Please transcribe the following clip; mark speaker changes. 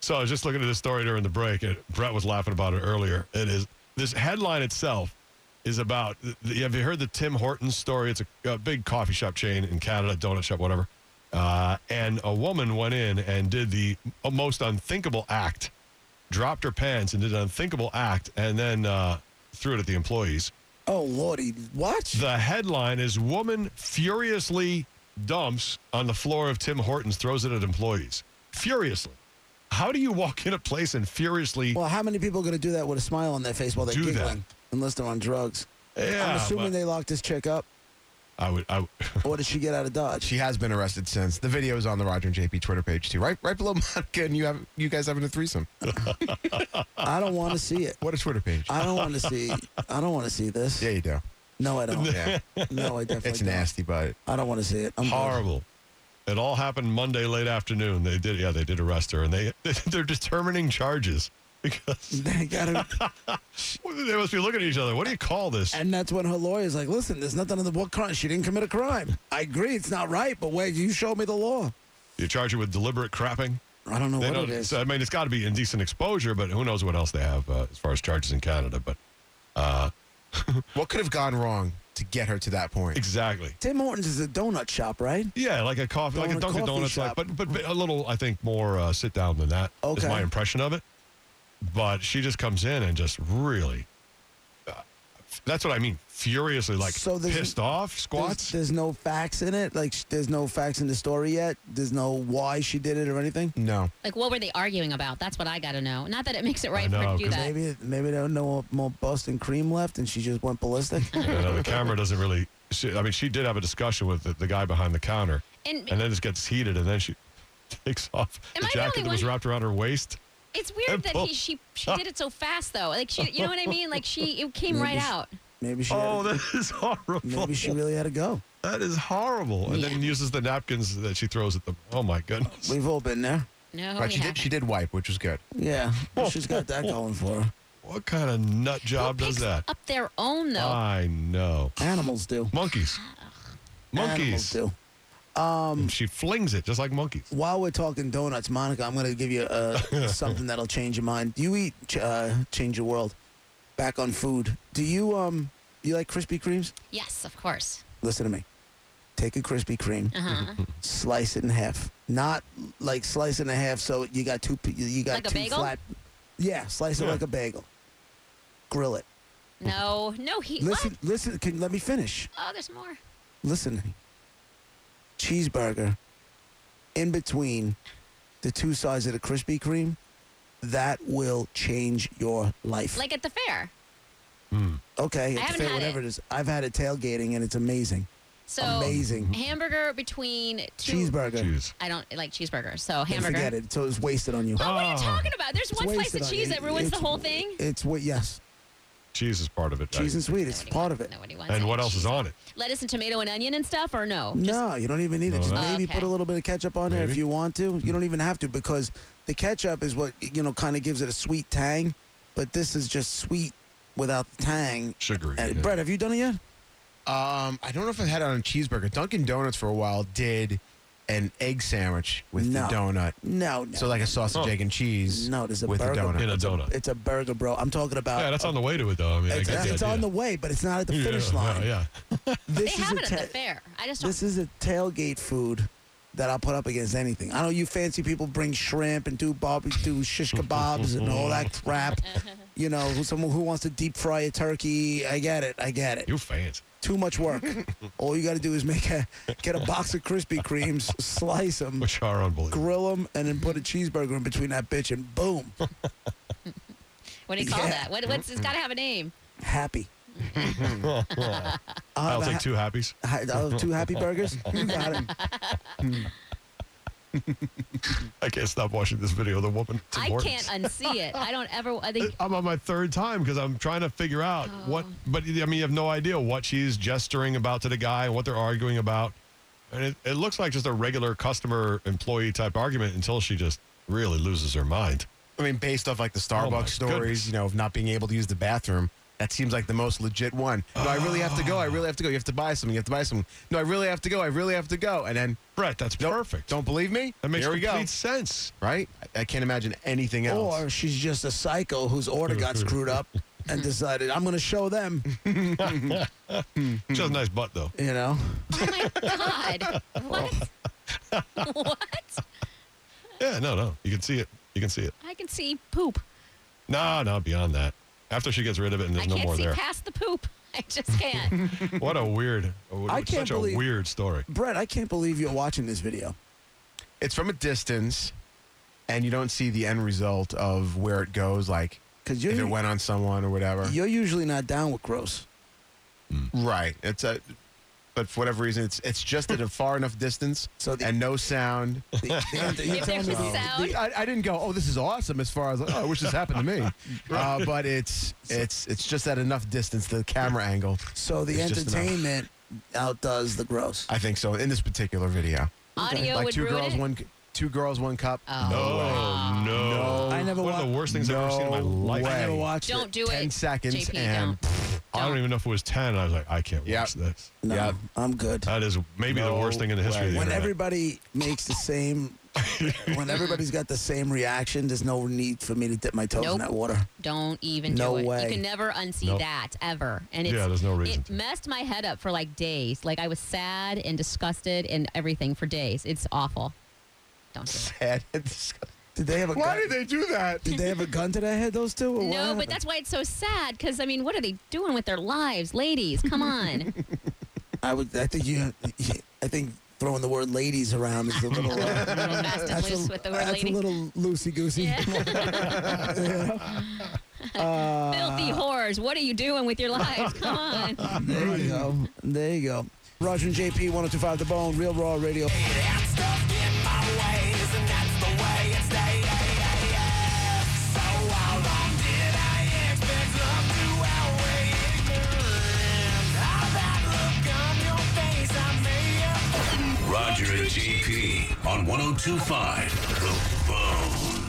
Speaker 1: So I was just looking at this story during the break, and Brett was laughing about it earlier. It is this headline itself is about. th- th- Have you heard the Tim Hortons story? It's a, a big coffee shop chain in Canada, donut shop, whatever. Uh, and a woman went in and did the most unthinkable act, dropped her pants and did an unthinkable act, and then uh, threw it at the employees.
Speaker 2: Oh, Lordy. What?
Speaker 1: The headline is Woman Furiously Dumps on the Floor of Tim Hortons, Throws It at Employees. Furiously. How do you walk in a place and furiously.
Speaker 2: well, how many people are going to do that with a smile on their face while they're
Speaker 1: Do that.
Speaker 2: giggling? Unless they're on drugs.
Speaker 1: Yeah,
Speaker 2: I'm assuming
Speaker 1: but-
Speaker 2: they locked this chick up.
Speaker 1: I would. I, would-
Speaker 2: Or did she get out of Dodge?
Speaker 3: She has been arrested since. The video is on the Roger and JP Twitter page too. Right, right below Monica and you have you guys having a threesome.
Speaker 2: I don't want to see it.
Speaker 3: What a Twitter page.
Speaker 2: I don't want to see. I don't want to see this.
Speaker 3: yeah, you do.
Speaker 2: No, I don't.
Speaker 3: Yeah,
Speaker 2: No, I definitely.
Speaker 3: it's
Speaker 2: don't.
Speaker 3: nasty, but
Speaker 2: I don't want to see it. I'm good.
Speaker 1: horrible. It all happened Monday late afternoon. They did. Yeah, they did arrest her, and they they're determining charges because
Speaker 2: They gotta,
Speaker 1: they must be looking at each other. What do you call this?
Speaker 2: and that's when her lawyer's like, "Listen, there's nothing in the book. Crime. She didn't commit a crime. I agree, it's not right. But wait, you showed me the law.
Speaker 1: You charge her with deliberate crapping.
Speaker 2: I don't know
Speaker 1: They
Speaker 2: what
Speaker 1: don't,
Speaker 2: it is.
Speaker 1: so, I mean, it's got to be indecent exposure, but who knows what else they have uh, as far as charges in Canada? But
Speaker 3: what could have gone wrong to get her to that point?
Speaker 1: exactly.
Speaker 2: Tim Hortons is a donut shop, right?
Speaker 1: Yeah, like a coffee, like a
Speaker 2: Donut
Speaker 1: Dunkin'
Speaker 2: coffee
Speaker 1: Donuts, like,
Speaker 2: shop.
Speaker 1: but, but but a little, I think, more uh, sit down than that. Is
Speaker 2: Okay.
Speaker 1: my impression of it. But she just comes in and just really. uh, that's what I mean. Furiously, like
Speaker 2: So there's-
Speaker 1: pissed off
Speaker 2: There's,
Speaker 1: squats.
Speaker 2: there's no facts in it. Like, sh- there's no facts in the story yet. There's no why she did it or anything.
Speaker 3: No.
Speaker 4: Like, what were they arguing about? That's what I got to know. Not that it makes it right for
Speaker 1: know,
Speaker 4: her to do
Speaker 1: 'cause
Speaker 4: that.
Speaker 2: Maybe, maybe they don't know more Boston cream left, and she just went ballistic.
Speaker 1: You know, the camera doesn't really. She, I mean, she did have a discussion with the, the guy behind the counter,
Speaker 4: And-
Speaker 1: and then it gets heated, and then she takes off
Speaker 4: Am
Speaker 1: the
Speaker 4: I the
Speaker 1: jacket
Speaker 4: only
Speaker 1: that was
Speaker 4: one-
Speaker 1: wrapped around her waist.
Speaker 4: It's weird that he, she she did it so fast though. Like she, you know what I mean? Like she, it came right out.
Speaker 2: Maybe she.
Speaker 1: Oh,
Speaker 2: had,
Speaker 1: that is horrible.
Speaker 2: maybe she really had to go.
Speaker 1: That is horrible. And then uses the napkins that she throws at them. Oh my goodness.
Speaker 2: We've all been there.
Speaker 4: No,
Speaker 3: But
Speaker 4: we
Speaker 3: she did
Speaker 4: haven't.
Speaker 3: she did wipe, which was good.
Speaker 2: Yeah, she's got that going for her.
Speaker 1: What kind of nut
Speaker 4: Who
Speaker 1: job does
Speaker 4: picks
Speaker 1: that? Uh-huh.
Speaker 4: Up their own though.
Speaker 1: I know.
Speaker 2: Animals do.
Speaker 1: Monkeys.
Speaker 2: Animals
Speaker 1: Monkeys.
Speaker 2: do.
Speaker 1: She flings it just like monkeys.
Speaker 2: While we're talking donuts, Monica, I'm going to give you uh, something that'll change your mind. You eat, ch- uh, change your world. Back on food. Do you um? You like Krispy Kremes?
Speaker 4: yes, of course.
Speaker 2: Listen to me. Take a Krispy Kreme,
Speaker 4: Uh huh.
Speaker 2: slice it in half. Not like slice it in half so you got two. p- You got
Speaker 4: Like a
Speaker 2: two
Speaker 4: bagel?
Speaker 2: flat. Yeah, slice it
Speaker 1: Yeah.
Speaker 2: like a bagel. Grill it.
Speaker 4: no, no, he.
Speaker 2: Listen,
Speaker 4: What?
Speaker 2: listen. Can let me finish.
Speaker 4: Oh, there's more.
Speaker 2: Listen, cheeseburger in between the two sides of the Krispy Kreme, that will change your life.
Speaker 4: Like at the fair.
Speaker 2: okay, it's
Speaker 4: haven't
Speaker 2: fair,
Speaker 4: had
Speaker 2: whatever
Speaker 4: it.
Speaker 2: is. I've had it tailgating and it's amazing.
Speaker 4: So Mm-hmm.
Speaker 2: Amazing.
Speaker 4: hamburger between two.
Speaker 2: Cheeseburger.
Speaker 1: Jeez.
Speaker 4: I don't like cheeseburgers, so
Speaker 2: And
Speaker 4: hamburger.
Speaker 2: Forget it. So it's wasted on you.
Speaker 4: Oh, what are you
Speaker 1: Oh.
Speaker 4: talking about? There's
Speaker 2: It's
Speaker 4: one slice
Speaker 2: wasted
Speaker 4: of
Speaker 2: on you.
Speaker 4: cheese that ruins the
Speaker 2: It's-
Speaker 4: whole thing.
Speaker 2: It's what? Yes,
Speaker 1: Cheese is part of it.
Speaker 2: cheese and sweet. It's
Speaker 4: Nobody
Speaker 2: part of
Speaker 4: wants-
Speaker 2: it.
Speaker 4: Nobody wants
Speaker 1: And
Speaker 4: any
Speaker 1: what else is
Speaker 4: cheese.
Speaker 1: on it?
Speaker 4: Lettuce and tomato and onion and stuff, or no? Just-
Speaker 2: No, you don't even need
Speaker 1: No,
Speaker 2: it. Just
Speaker 1: that's-
Speaker 2: maybe
Speaker 4: Okay.
Speaker 2: put a little bit of ketchup on there if
Speaker 1: Maybe.
Speaker 2: you want to. You don't even have to because the ketchup is what you know kind of gives it a sweet tang, but this is just sweet without the tang.
Speaker 1: Sugary.
Speaker 2: And
Speaker 1: yeah.
Speaker 2: Brett, have you done it yet?
Speaker 3: Um, I don't know if I had it on a cheeseburger. Dunkin' Donuts for a while did an egg sandwich with
Speaker 2: No.
Speaker 3: the donut.
Speaker 2: No, no.
Speaker 3: So like a sausage,
Speaker 1: Oh.
Speaker 3: egg, and cheese.
Speaker 2: No, there's a
Speaker 3: with
Speaker 2: burger.
Speaker 3: the donut.
Speaker 1: In a donut.
Speaker 2: it's a burger, bro. I'm talking about.
Speaker 1: yeah, that's on the way to it, though. I mean, I
Speaker 2: It's,
Speaker 1: get
Speaker 2: it's on the
Speaker 1: idea.
Speaker 2: way, but it's not at the finish
Speaker 1: yeah,
Speaker 2: line.
Speaker 1: Yeah.
Speaker 4: They
Speaker 2: This is
Speaker 4: have
Speaker 2: a
Speaker 4: it at the
Speaker 2: ta-
Speaker 4: fair. I just don't.
Speaker 2: This is a tailgate food that I'll put up against anything. I know you fancy people bring shrimp and do barbecue, do shish kebabs and all that crap. You know, who- someone who wants to deep fry a turkey. I get it. I get it.
Speaker 1: You fans.
Speaker 2: Too much work. all you got to do is make a get a box of Krispy Kremes, slice them,
Speaker 1: Which are unbelievable.
Speaker 2: grill them, and then put a cheeseburger in between that bitch, and boom,
Speaker 4: What do you call
Speaker 2: Yeah.
Speaker 4: that? What, what's it's got to have a name.
Speaker 2: happy.
Speaker 1: I'll
Speaker 2: have a
Speaker 1: take
Speaker 2: ha-
Speaker 1: two happies.
Speaker 2: Hi- I'll have two happy burgers. You got it.
Speaker 1: I can't stop watching this video. of The woman. Tim
Speaker 4: I
Speaker 1: Hortons.
Speaker 4: can't unsee it. I don't ever. I think
Speaker 1: I'm on my third time because I'm trying to figure out what.
Speaker 4: Oh.
Speaker 1: But I mean, you have no idea what she's gesturing about to the guy and what they're arguing about. And it, it looks like just a regular customer employee type argument until she just really loses her mind.
Speaker 3: I mean, based off like the
Speaker 1: Oh, my
Speaker 3: Starbucks stories,
Speaker 1: goodness.
Speaker 3: you know, of not being able to use the bathroom, That seems like the most legit one. No, I really have to go. I really have to go. You have to buy something. You have to buy something. No, I really have to go. I really have to go. And then,
Speaker 1: Brett, that's perfect.
Speaker 3: don't believe me?
Speaker 1: that makes
Speaker 3: Here we
Speaker 1: complete Oh,
Speaker 3: go.
Speaker 1: sense.
Speaker 3: Right? I, I can't imagine anything else.
Speaker 2: Or she's just a psycho whose order got screwed up and decided, I'm going to show them,
Speaker 1: She has a nice butt, though.
Speaker 2: you know?
Speaker 4: Oh my God. What? what?
Speaker 1: Yeah, no, no. You can see it. You can see it.
Speaker 4: I can see poop.
Speaker 1: No, no, beyond that. After she gets rid of it and there's
Speaker 4: I
Speaker 1: no
Speaker 4: can't
Speaker 1: more
Speaker 4: see
Speaker 1: there.
Speaker 4: past the poop. I just can't.
Speaker 1: What a weird,
Speaker 2: I can't
Speaker 1: such
Speaker 2: believe-
Speaker 1: a weird story.
Speaker 2: Brett, I can't believe you're watching this video.
Speaker 3: it's from a distance, and you don't see the end result of where it goes, like
Speaker 2: Because
Speaker 3: if it
Speaker 2: you're,
Speaker 3: went on someone or whatever.
Speaker 2: you're usually not down with gross.
Speaker 3: Right. It's a, but for whatever reason, it's it's just at a far enough distance
Speaker 2: So the-
Speaker 3: and no sound.
Speaker 2: The- the- you're
Speaker 4: If
Speaker 2: telling
Speaker 4: there's
Speaker 2: me
Speaker 4: a
Speaker 2: the-
Speaker 4: sound,
Speaker 3: I, I didn't go. Oh, this is awesome. As far as oh, I wish this happened to me, uh, but it's it's it's just at enough distance, the camera angle.
Speaker 2: So the
Speaker 3: It's just enough.
Speaker 2: entertainment outdoes the gross.
Speaker 3: I think so. In this particular video,
Speaker 4: audio
Speaker 3: like
Speaker 4: would
Speaker 3: two
Speaker 4: ruin
Speaker 3: girls,
Speaker 4: it.
Speaker 3: one two girls, one cup.
Speaker 4: Oh.
Speaker 1: Oh, no.
Speaker 3: No.
Speaker 2: I never
Speaker 1: One
Speaker 2: wa-
Speaker 1: of the worst things I've ever seen in my
Speaker 3: No
Speaker 1: life.
Speaker 2: I never
Speaker 3: way.
Speaker 2: watched
Speaker 4: Don't
Speaker 2: it.
Speaker 4: do it.
Speaker 3: Ten seconds
Speaker 4: JP,
Speaker 3: and
Speaker 4: don't.
Speaker 1: I don't
Speaker 4: Don't.
Speaker 1: even know if it was 10. I was like, I can't
Speaker 3: Yep. Uh,
Speaker 1: watch this.
Speaker 2: No,
Speaker 3: Yeah.
Speaker 2: I'm good.
Speaker 1: That is maybe the
Speaker 3: No
Speaker 1: worst thing in the history of the
Speaker 3: way.
Speaker 2: When
Speaker 1: internet.
Speaker 2: everybody makes the same, when everybody's got the same reaction, there's no need for me to dip my toes in
Speaker 4: Nope.
Speaker 2: that water.
Speaker 4: Don't even
Speaker 2: No
Speaker 4: do it.
Speaker 2: way.
Speaker 4: You can never unsee
Speaker 1: Nope.
Speaker 4: that ever. And it's,
Speaker 1: Yeah, there's no reason
Speaker 4: It
Speaker 1: to.
Speaker 4: messed my head up for like days. Like I was sad and disgusted and everything for days. It's awful. Don't do it.
Speaker 3: ten. And
Speaker 2: Did they have a
Speaker 3: Why
Speaker 2: gun?
Speaker 3: did they do that?
Speaker 2: Did they have a gun to their head? Those two? Or what
Speaker 4: No, but
Speaker 2: happened?
Speaker 4: that's why it's so sad. Because I mean, what are they doing with their lives, ladies? Come on.
Speaker 2: I would. I think you. I think throwing the word "ladies" around is a little. Uh,
Speaker 4: Fast and
Speaker 2: that's
Speaker 4: loose
Speaker 2: a,
Speaker 4: with the word
Speaker 2: that's
Speaker 4: lady.
Speaker 2: a little loosey goosey.
Speaker 4: Yeah.
Speaker 2: Uh,
Speaker 4: Filthy whores. What are you doing with your lives? Come on.
Speaker 2: There you go. There you go. Roger and JP, 1025 The Bone, Real Raw Radio.
Speaker 5: That stuff in my ways, and that's the way it stays. So how long did I expect love to outweigh ignorance? How that look on your face, I may have
Speaker 6: Roger and JP on 1025 The Bone.